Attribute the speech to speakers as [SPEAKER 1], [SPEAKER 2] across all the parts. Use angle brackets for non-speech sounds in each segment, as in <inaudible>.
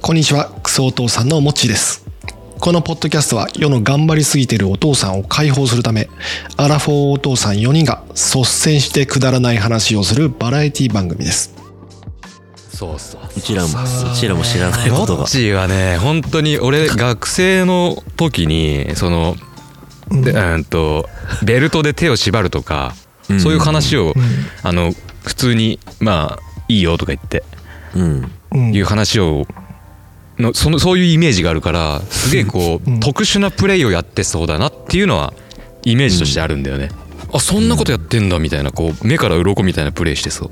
[SPEAKER 1] こんにちは、クソお父さんのもっちーです。このポッドキャストは世の頑張りすぎてるお父さんを解放するため、アラフォーお父さん4人が率先してくだらない話をするバラエティ番組です。
[SPEAKER 2] そうそう
[SPEAKER 3] うちらもうちらも知らない
[SPEAKER 2] モ
[SPEAKER 3] こと
[SPEAKER 2] ッ
[SPEAKER 3] が
[SPEAKER 2] チーはね本当に俺学生の時にそのでうんとベルトで手を縛るとか
[SPEAKER 3] うん
[SPEAKER 2] そういう話をあの普通にまあいいよとか言って
[SPEAKER 3] うん
[SPEAKER 1] うん
[SPEAKER 2] いう話をのそのそういうイメージがあるからすげえこ
[SPEAKER 1] うん
[SPEAKER 2] う特殊なプレイをやってそうだなっていうのはイメージとしてあるんだよね。あそんなことやってんだみたいなこう目から鱗みたいなプレイしてそう。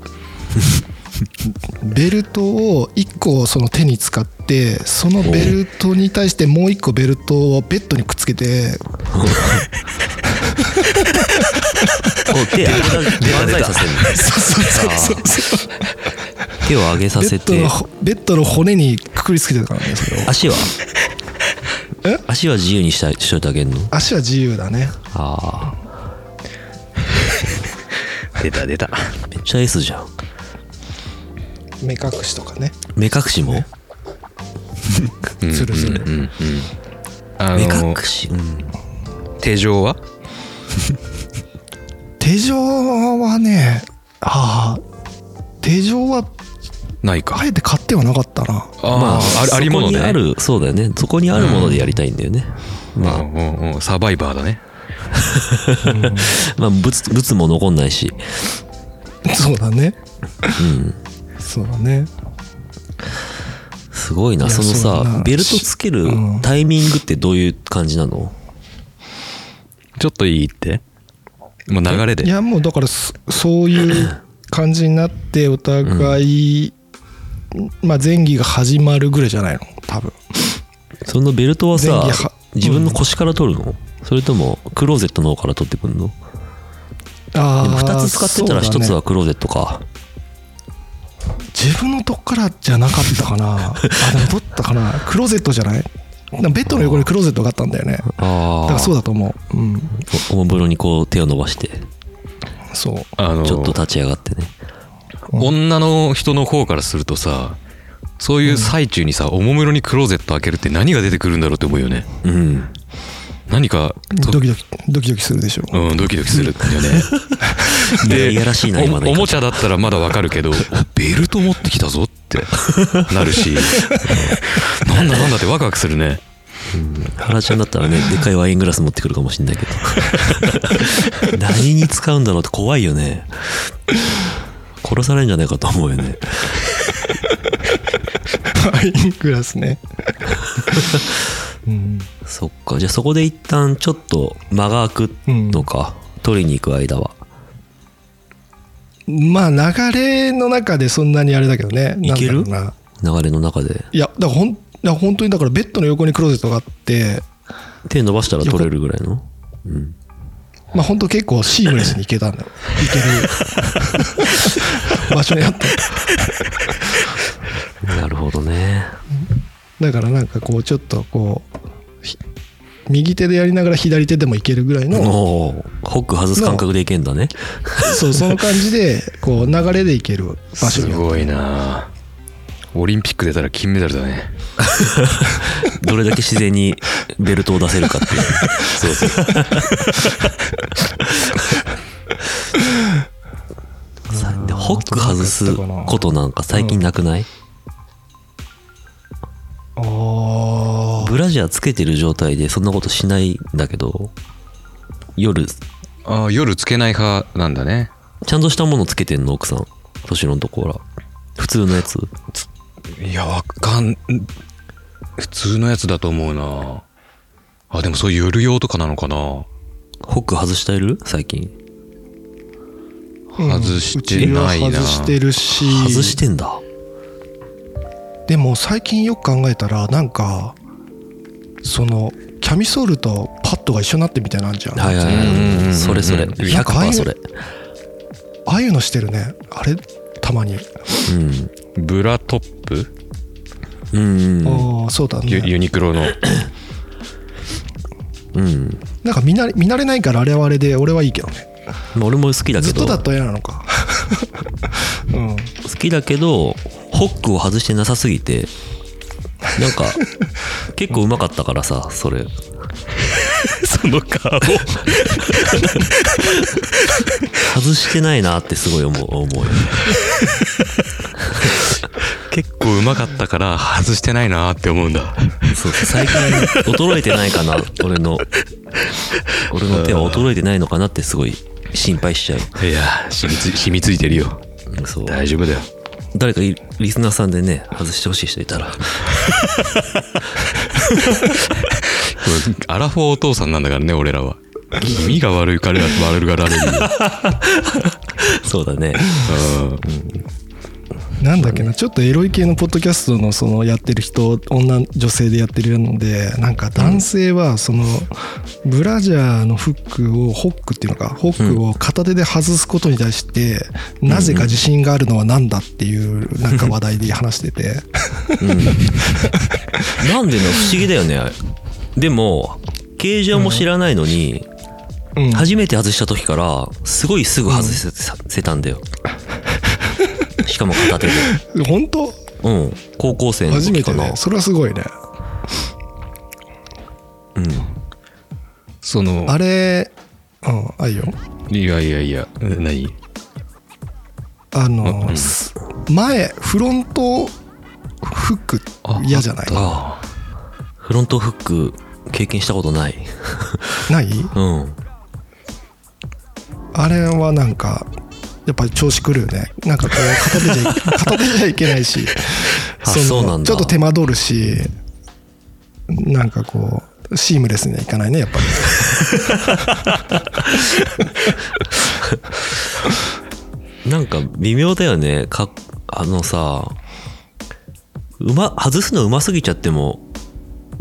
[SPEAKER 4] ベルトを1個その手に使ってそのベルトに対してもう1個ベルトをベッドにくっつけて
[SPEAKER 3] お手上げさ手上げさせる手を上げさ
[SPEAKER 4] ベ
[SPEAKER 3] せ
[SPEAKER 4] ッド
[SPEAKER 3] て
[SPEAKER 4] のほベッドの骨にくくりつけてたからねそれを
[SPEAKER 3] 足は
[SPEAKER 4] え
[SPEAKER 3] 足は自由にしたしといてあげんの
[SPEAKER 4] 足は自由だね
[SPEAKER 3] ああ
[SPEAKER 2] 出た出た。
[SPEAKER 3] めっちゃ S じゃん
[SPEAKER 4] 目隠しとかね
[SPEAKER 3] 目隠しも
[SPEAKER 4] するする
[SPEAKER 2] あ
[SPEAKER 3] 目隠
[SPEAKER 2] の
[SPEAKER 3] しうん
[SPEAKER 2] 手錠は
[SPEAKER 4] 手錠はねああ手錠は
[SPEAKER 2] ないか。
[SPEAKER 4] あえて買ってはなかった
[SPEAKER 3] <laughs>
[SPEAKER 4] な
[SPEAKER 2] あ、
[SPEAKER 3] ま
[SPEAKER 2] あ、ありありものね
[SPEAKER 3] そこにあるそうだよねそこにあるものでやりたいんだよね
[SPEAKER 2] まあ、うんうん、サバイバーだね。
[SPEAKER 3] まあ物物も残んないし
[SPEAKER 4] そうだねそうだね
[SPEAKER 3] すごいない
[SPEAKER 4] や
[SPEAKER 3] その
[SPEAKER 4] そうだ
[SPEAKER 3] さ
[SPEAKER 4] な
[SPEAKER 3] ベルトつける
[SPEAKER 4] うん
[SPEAKER 3] タイミングってどういう感じなの
[SPEAKER 2] ちょっといいってもう流れで。
[SPEAKER 4] いやもうだからそそういう感じになってお互い、まあ前儀が始まるぐらいじゃないの多分
[SPEAKER 3] そのベルトは
[SPEAKER 4] 前
[SPEAKER 3] さ
[SPEAKER 4] 儀は
[SPEAKER 3] 自分の腰から取るのそれともクローゼットの方から取ってくんの
[SPEAKER 4] あ
[SPEAKER 3] でも
[SPEAKER 4] あ
[SPEAKER 3] 2つ使ってたら
[SPEAKER 4] そうだ
[SPEAKER 3] 1
[SPEAKER 4] ね
[SPEAKER 3] つはクローゼットか
[SPEAKER 4] 自分のとこからじゃなかったか
[SPEAKER 3] <laughs>
[SPEAKER 4] なあでも取ったかなクローゼットじゃないなんかベッドの横にクローゼットがあったんだよねだ
[SPEAKER 3] あ
[SPEAKER 4] からそうだと思ううん
[SPEAKER 3] おおもむろにこう手を伸ばして
[SPEAKER 4] そう
[SPEAKER 2] あの
[SPEAKER 3] ちょっと立ち上がってね
[SPEAKER 2] 女の人の方からするとさ、そういう最中にさ、おもむろにクローゼット開けるって何が出てくるんだろうって思うよね。
[SPEAKER 3] うん
[SPEAKER 2] 何か、と
[SPEAKER 4] ドキドキドキドキするでしょ
[SPEAKER 2] うん、ドキドキす <laughs> るんだよね。
[SPEAKER 3] いやらしいな今の
[SPEAKER 2] お
[SPEAKER 3] 言い方
[SPEAKER 2] おもちゃだったらまだわかるけ <laughs> ど、おベルト持ってきたぞってなるし、うん <laughs> なんだなんだってワクワクするね。
[SPEAKER 3] 原ちゃんだった <laughs> らねでかいワイングラス持ってくるかもしんないけど <laughs> 何に使うんだろうって怖いよね殺されんじゃないかと思うよね
[SPEAKER 4] ワイングラスねうん
[SPEAKER 3] そっかじゃあそこで一旦ちょっと間が空くのか、取りに行く間は
[SPEAKER 4] まあ流れの中でそんなにあれだけどね
[SPEAKER 3] いける
[SPEAKER 4] なんだろうな
[SPEAKER 3] 流れの中で
[SPEAKER 4] いやだからほんいや本当にだからベッドの横にクローゼットがあって
[SPEAKER 3] 手伸ばしたら取れるぐらいの
[SPEAKER 4] まあ本当結構シームレスに行けたんだよ行ける <laughs> 場所にあった
[SPEAKER 3] なるほどね
[SPEAKER 4] だからなんかこうちょっとこうひ右手でやりながら左手でもいけるぐらいの
[SPEAKER 3] おおホック外す感覚でいけんだね
[SPEAKER 4] そうその感じでこう流れでいける場所
[SPEAKER 2] す
[SPEAKER 4] にあっ
[SPEAKER 2] ごいなオリンピック出たら金メダルだね。
[SPEAKER 3] どれだけ自然にベルトを出せるかっていうそうそうでホック外すことなんか最近なくない、
[SPEAKER 4] たあ
[SPEAKER 3] ブラジャーつけてる状態でそんなことしないんだけど夜ち
[SPEAKER 2] ああ、夜つけない派なんだね。
[SPEAKER 3] ゃんとしたものつけてんの奥さん年のところ普通のやつ
[SPEAKER 2] いや、わかん、普通のやつだと思うなあ、でもそういう夜用とかなのかな
[SPEAKER 3] ホック外してる最近
[SPEAKER 4] ーうん
[SPEAKER 2] 外してない
[SPEAKER 4] ち
[SPEAKER 2] うな
[SPEAKER 4] は外してるし
[SPEAKER 3] 外してんだ
[SPEAKER 4] でも最近よく考えたらなんかそのキャミソールとパッドが一緒になってみたいなのあんじゃん、
[SPEAKER 3] はいはい
[SPEAKER 2] うんうんうんうん
[SPEAKER 3] はいそれそれ
[SPEAKER 4] なんかああい
[SPEAKER 3] 100%
[SPEAKER 4] う
[SPEAKER 3] それ
[SPEAKER 4] ああいうのしてるねあれたまに、
[SPEAKER 3] うん
[SPEAKER 2] ブラトップ、
[SPEAKER 3] うんうん
[SPEAKER 4] ああそうだ
[SPEAKER 2] ユ
[SPEAKER 4] ね
[SPEAKER 2] ユニクロの。
[SPEAKER 3] うん
[SPEAKER 4] なんか見慣れ見慣れないからあれはあれで俺はいいけどね
[SPEAKER 3] まあ俺も好きだけ
[SPEAKER 4] ずっ
[SPEAKER 3] ど
[SPEAKER 4] とだと嫌なのか <laughs> うん
[SPEAKER 3] 好きだけどホックを外してなさすぎてなん
[SPEAKER 2] <laughs>
[SPEAKER 3] か、結構うまかったからさ、それ。
[SPEAKER 2] その顔
[SPEAKER 3] 外してないなってすごい思う。思うよね
[SPEAKER 2] 結構うまかったから外してないなって思うんだ
[SPEAKER 3] そう最近衰えてないかな、俺の。俺の手は衰えてないのかなってすごい心配しちゃう。
[SPEAKER 2] <laughs> いや染みつ染みついてるよ
[SPEAKER 3] うんそう。
[SPEAKER 2] 大丈夫だよ
[SPEAKER 3] 誰かいリスナーさんでね、外してほしい人いたら。
[SPEAKER 2] アラフォーお父さんなんだからね俺らは気味が悪いから悪がられる <laughs> よ
[SPEAKER 3] そうだね。
[SPEAKER 2] うん
[SPEAKER 4] なんだっけなちょっとエロい系のポッドキャストのそのやってる人女女性でやってるのでなんか男性はそのブラジャーのフックをホックっていうのかホックを片手で外すことに対してなぜか自信があるのはなんだっていうなんか話題で話してて
[SPEAKER 3] なんでの不思議だよね。あれでも、形状も知らないのに、
[SPEAKER 4] うん
[SPEAKER 3] 初めて外した時から、すごいすぐ外せ,、せたんだよ。しかも片手で。
[SPEAKER 4] <laughs> 本当
[SPEAKER 3] うん。高校生の
[SPEAKER 4] 初
[SPEAKER 3] 時
[SPEAKER 4] め
[SPEAKER 3] か
[SPEAKER 4] て
[SPEAKER 3] な。
[SPEAKER 4] ねそれはすごいね
[SPEAKER 2] その
[SPEAKER 4] あれうんあいいよ
[SPEAKER 2] いやいやいや何
[SPEAKER 4] あの、す前フロントフック嫌じゃない
[SPEAKER 3] ああ。フロントフック経験したことない。
[SPEAKER 4] ない
[SPEAKER 3] うん。
[SPEAKER 4] あれはなんかやっぱり調子狂うねなんかこう片手じ
[SPEAKER 3] <laughs>
[SPEAKER 4] ゃ片手じゃいけないし
[SPEAKER 3] あ
[SPEAKER 4] の
[SPEAKER 3] そうなんだ
[SPEAKER 4] ちょっと手間取るしなんかこうシームレスにはいかないねやっぱり
[SPEAKER 3] なんか微妙だよね。かあのさ、うま、外すのうますぎちゃっても、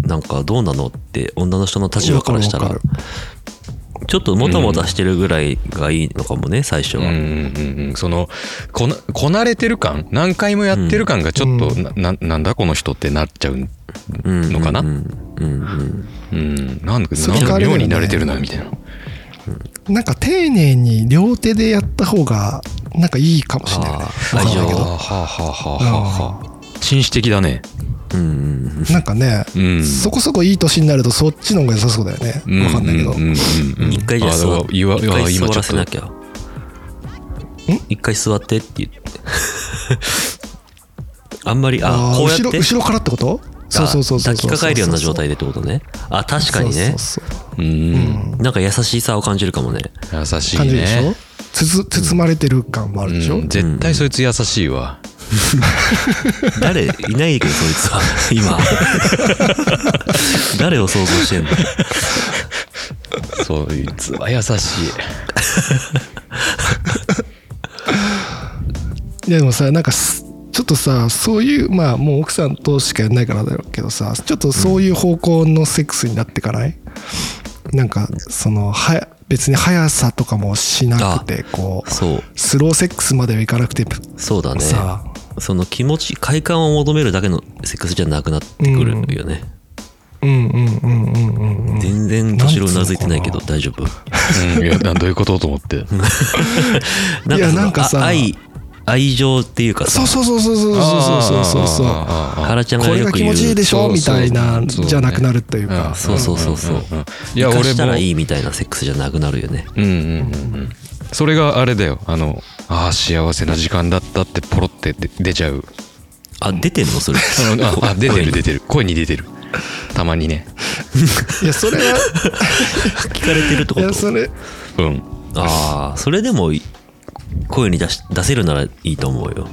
[SPEAKER 3] なんかどうなのって女の人の立場からした
[SPEAKER 4] わからるわか、
[SPEAKER 3] ちょっともたもたしてるぐらいがいいのかもね、最初
[SPEAKER 2] うんう
[SPEAKER 3] は。
[SPEAKER 2] んうんうんそのこなこなれてる感何回もやってる感がちょっと、
[SPEAKER 4] うん
[SPEAKER 2] なななんだこの人ってなっちゃう
[SPEAKER 3] うん
[SPEAKER 2] のかな
[SPEAKER 3] うんうんうん
[SPEAKER 2] うんなんか
[SPEAKER 4] そ
[SPEAKER 2] な
[SPEAKER 4] れ
[SPEAKER 2] んか
[SPEAKER 4] 変
[SPEAKER 2] 妙
[SPEAKER 4] わるよね
[SPEAKER 2] に慣れてるなみたいな
[SPEAKER 4] なんか丁寧に両手でやった方がなんかいいかもしれないね
[SPEAKER 3] あー
[SPEAKER 4] わかん
[SPEAKER 3] 愛情
[SPEAKER 4] ないけ
[SPEAKER 2] は
[SPEAKER 4] ど
[SPEAKER 2] あはあはあはあはあ紳士的だね
[SPEAKER 3] うんうん
[SPEAKER 4] なんかね、
[SPEAKER 2] うん
[SPEAKER 4] そこそこいい年になるとそっちの方が良さそうだよね、わかんないけど、
[SPEAKER 2] ううんうんうん
[SPEAKER 3] 一回じゃあ座
[SPEAKER 2] あだ
[SPEAKER 3] っ
[SPEAKER 2] から
[SPEAKER 3] て、
[SPEAKER 2] 言わ
[SPEAKER 3] 一回
[SPEAKER 2] あ今
[SPEAKER 3] 座
[SPEAKER 2] ちょ
[SPEAKER 3] ら
[SPEAKER 2] っ
[SPEAKER 3] せな
[SPEAKER 2] と
[SPEAKER 3] きゃ。一回座ってって言って。あんまり、あ
[SPEAKER 4] あ、ー
[SPEAKER 3] こうやっ
[SPEAKER 4] 後ろ
[SPEAKER 3] て。
[SPEAKER 4] 後ろからってことそうそうそうそう
[SPEAKER 3] 抱きかかえるような状
[SPEAKER 4] 態
[SPEAKER 3] 態でってことね。あ、確かにね。
[SPEAKER 4] そうそうそう
[SPEAKER 2] うん
[SPEAKER 3] なんか優しさを感じるかもね。
[SPEAKER 2] 優しい
[SPEAKER 4] 感じるでしょ
[SPEAKER 2] ね
[SPEAKER 4] つつ包まれてる感もあるでしょ、
[SPEAKER 2] うん絶対そいつ優しいわ
[SPEAKER 3] 誰いないけど、そいつは。
[SPEAKER 4] <laughs>
[SPEAKER 3] 今。誰を想像してんの
[SPEAKER 2] そ
[SPEAKER 4] <laughs>
[SPEAKER 2] いつは優しい
[SPEAKER 4] いやでもさなんかすちょっとさそういうまあもう奥さんとしかやんないからだろうけどさちょっとそういう方向のセックスになってかない、なんかそのはや別に速さとかもしなくてこう
[SPEAKER 3] そう。
[SPEAKER 4] スローセックスまではいかなくて
[SPEAKER 3] そうだね。
[SPEAKER 4] さ
[SPEAKER 3] その気持ち、快感を求めるだけのセックスじゃなくなってくるよね。
[SPEAKER 4] うんうんうんうんうんうん
[SPEAKER 3] 全然、敏郎うなずいてないけど
[SPEAKER 4] なん
[SPEAKER 3] 大丈夫。
[SPEAKER 2] うんいやなどういうことと思って
[SPEAKER 3] なんか
[SPEAKER 4] いや
[SPEAKER 3] その
[SPEAKER 4] なんかさ
[SPEAKER 3] あ愛、愛情っていうか
[SPEAKER 4] そ
[SPEAKER 3] さ
[SPEAKER 4] う、そうそうそうそうそうそうそう
[SPEAKER 2] ああああああ
[SPEAKER 3] 原ちゃんが
[SPEAKER 4] これ
[SPEAKER 3] よ
[SPEAKER 4] が
[SPEAKER 3] く
[SPEAKER 4] 気
[SPEAKER 3] 言う。
[SPEAKER 4] 持ちいいでしょ
[SPEAKER 2] そう
[SPEAKER 4] みたいな
[SPEAKER 2] そうそう
[SPEAKER 4] じゃなくなるというか
[SPEAKER 3] そうそうそうそう。
[SPEAKER 2] んんい
[SPEAKER 3] い
[SPEAKER 2] や
[SPEAKER 3] や、
[SPEAKER 2] 俺
[SPEAKER 3] した
[SPEAKER 2] も
[SPEAKER 3] らいいみたいなセックスじゃなくなるよね。
[SPEAKER 2] うんうんうんうんそれがあれだよあのああ幸せな時間だったってポロってで出ちゃう
[SPEAKER 3] あ、出てんのそれ。
[SPEAKER 2] あ <laughs> のああ出てる出てる声に出てるたまにね
[SPEAKER 4] いやそれは
[SPEAKER 3] 聞かれてるって
[SPEAKER 4] い
[SPEAKER 3] こ
[SPEAKER 4] や
[SPEAKER 3] と
[SPEAKER 4] それ
[SPEAKER 2] うん
[SPEAKER 3] ああそれでもい声に出し出せるならいいと思うよ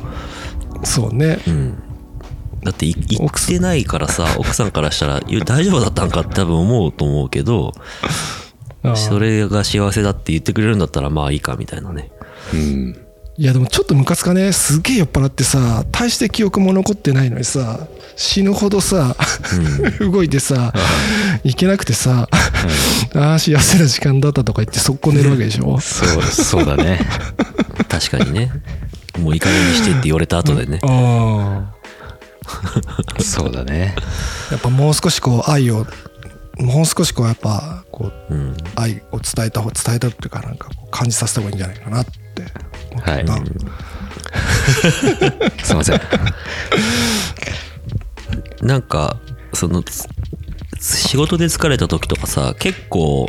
[SPEAKER 4] そうね
[SPEAKER 3] だってい言ってないからさ奥さんからしたらいや大丈夫だったんかって多分思うと思うけど
[SPEAKER 4] あー
[SPEAKER 3] それが幸せだって言ってくれるんだったらまあいいかみたいなね
[SPEAKER 2] うん
[SPEAKER 4] いやでもちょっとムカつかねすげえ酔っ払ってさ大して記憶も残ってないのにさ死ぬほどさ、動いてさ、いけなくてさ、ああ幸せな時間だったとか言って速攻寝るわけでしょ、
[SPEAKER 2] そうそうだ <laughs> ね
[SPEAKER 3] 確かにねもういい加減にしてって言われた後でね
[SPEAKER 4] あ
[SPEAKER 2] そうだね
[SPEAKER 4] ーやっぱもう少しこう愛をもう少しこうやっぱこう
[SPEAKER 3] うん
[SPEAKER 4] 愛を伝えた方伝えたっていうかなんかこう感じさせた方がいいんじゃないかなって思った
[SPEAKER 2] はいすいません
[SPEAKER 3] なんかそのつ仕事で疲れた時とかさ結構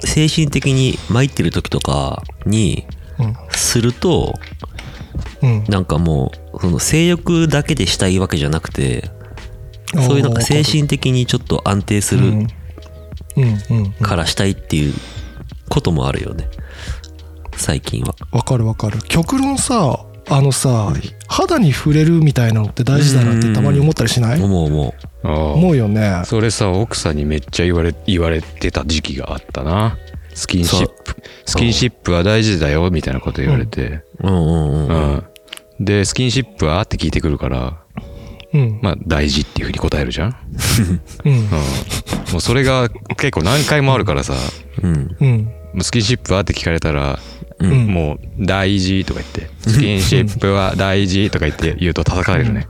[SPEAKER 3] 精神的に参ってる時とかにすると、
[SPEAKER 4] うん
[SPEAKER 3] なんかもうその性欲だけでしたいわけじゃなくて
[SPEAKER 4] あー
[SPEAKER 3] そういうなんか精神的にちょっと安定す
[SPEAKER 4] う
[SPEAKER 3] る
[SPEAKER 4] んうんうん
[SPEAKER 3] からしたいっていうこともあるよね最近は
[SPEAKER 4] わかるわかる極論さあのさ肌に触れるみたいなのって大事だなってたまに思ったりしない
[SPEAKER 3] 思う思
[SPEAKER 2] も
[SPEAKER 4] 思うよね
[SPEAKER 2] それさ奥さんにめっちゃ言われ言われてた時期があったなスキンシップスキンシップは大事だよみたいなこと言われて、
[SPEAKER 3] ううんうん
[SPEAKER 2] う
[SPEAKER 3] うん
[SPEAKER 2] んでスキンシップはって聞いてくるから
[SPEAKER 4] うん
[SPEAKER 2] まあ大事っていうふうに答えるじゃん、
[SPEAKER 4] うん
[SPEAKER 2] うん、もうそれが結構何回もあるからさ
[SPEAKER 3] うん
[SPEAKER 4] うん
[SPEAKER 2] もうスキンシップはって聞かれたら、
[SPEAKER 4] ん
[SPEAKER 2] もう大事とか言ってスキンシップは大事とか言って言うと叩かれるね、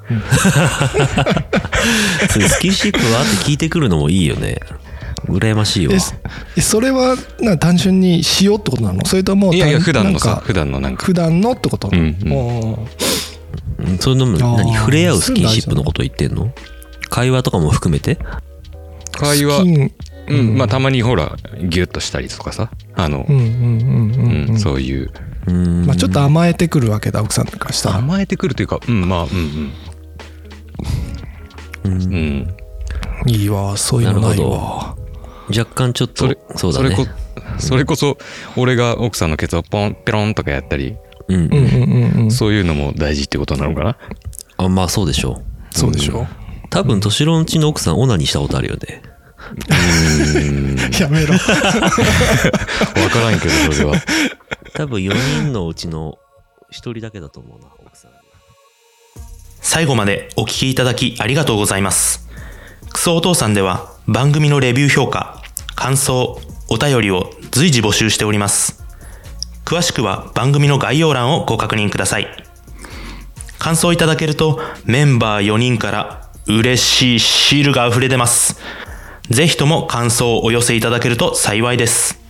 [SPEAKER 3] それスキンシップはって聞いてくるのもいいよね羨ましいわ
[SPEAKER 4] えそえそれはな単純にしようってことなのそれとも
[SPEAKER 2] いやいや
[SPEAKER 4] 単
[SPEAKER 2] 普段の
[SPEAKER 4] な
[SPEAKER 2] さ
[SPEAKER 4] んか
[SPEAKER 2] 普段のなんか
[SPEAKER 4] 普段のってこと
[SPEAKER 2] うんうん
[SPEAKER 4] おー
[SPEAKER 3] うんそれのも
[SPEAKER 4] あー
[SPEAKER 3] 何触れ合うスキンシップのこと言ってんの会話とかも含めて
[SPEAKER 2] 会話
[SPEAKER 4] スキン
[SPEAKER 2] うん、まあたまにほらギュッとしたりとかさあの
[SPEAKER 4] う、んうんうんう
[SPEAKER 2] う
[SPEAKER 4] んんうん
[SPEAKER 2] そういう
[SPEAKER 3] うーん
[SPEAKER 4] まあちょっと甘えてくるわけだ奥さんからしたら
[SPEAKER 2] 甘えてくるというかうんまあうんうんうん、
[SPEAKER 4] いいわそういうのない
[SPEAKER 3] なる
[SPEAKER 4] わ
[SPEAKER 3] 若干ちょっと
[SPEAKER 2] それ
[SPEAKER 3] そう
[SPEAKER 2] そ
[SPEAKER 3] だね
[SPEAKER 2] れこそれこそ俺が奥さんのケツをポンペロンとかやったり、
[SPEAKER 3] うんう
[SPEAKER 4] うん
[SPEAKER 3] ん
[SPEAKER 4] うんうんうん
[SPEAKER 2] そういうのも大事ってことなのかな
[SPEAKER 3] あまあそうでしょ
[SPEAKER 4] そうでしょ
[SPEAKER 3] う多分敏郎んちの奥さんオナにしたことあるよね
[SPEAKER 4] やめろ
[SPEAKER 2] 分からんけどそれは
[SPEAKER 3] 多分4人のうちの1人だけだと思うな奥さん
[SPEAKER 5] 最後までお聞きいただきありがとうございます。クソお父さんでは番組のレビュー評価、感想、お便りを随時募集しております。詳しくは番組の概要欄をご確認ください。感想いただけるとメンバー4人から嬉しいシールが溢れ出ます。ぜひとも感想をお寄せいただけると幸いです。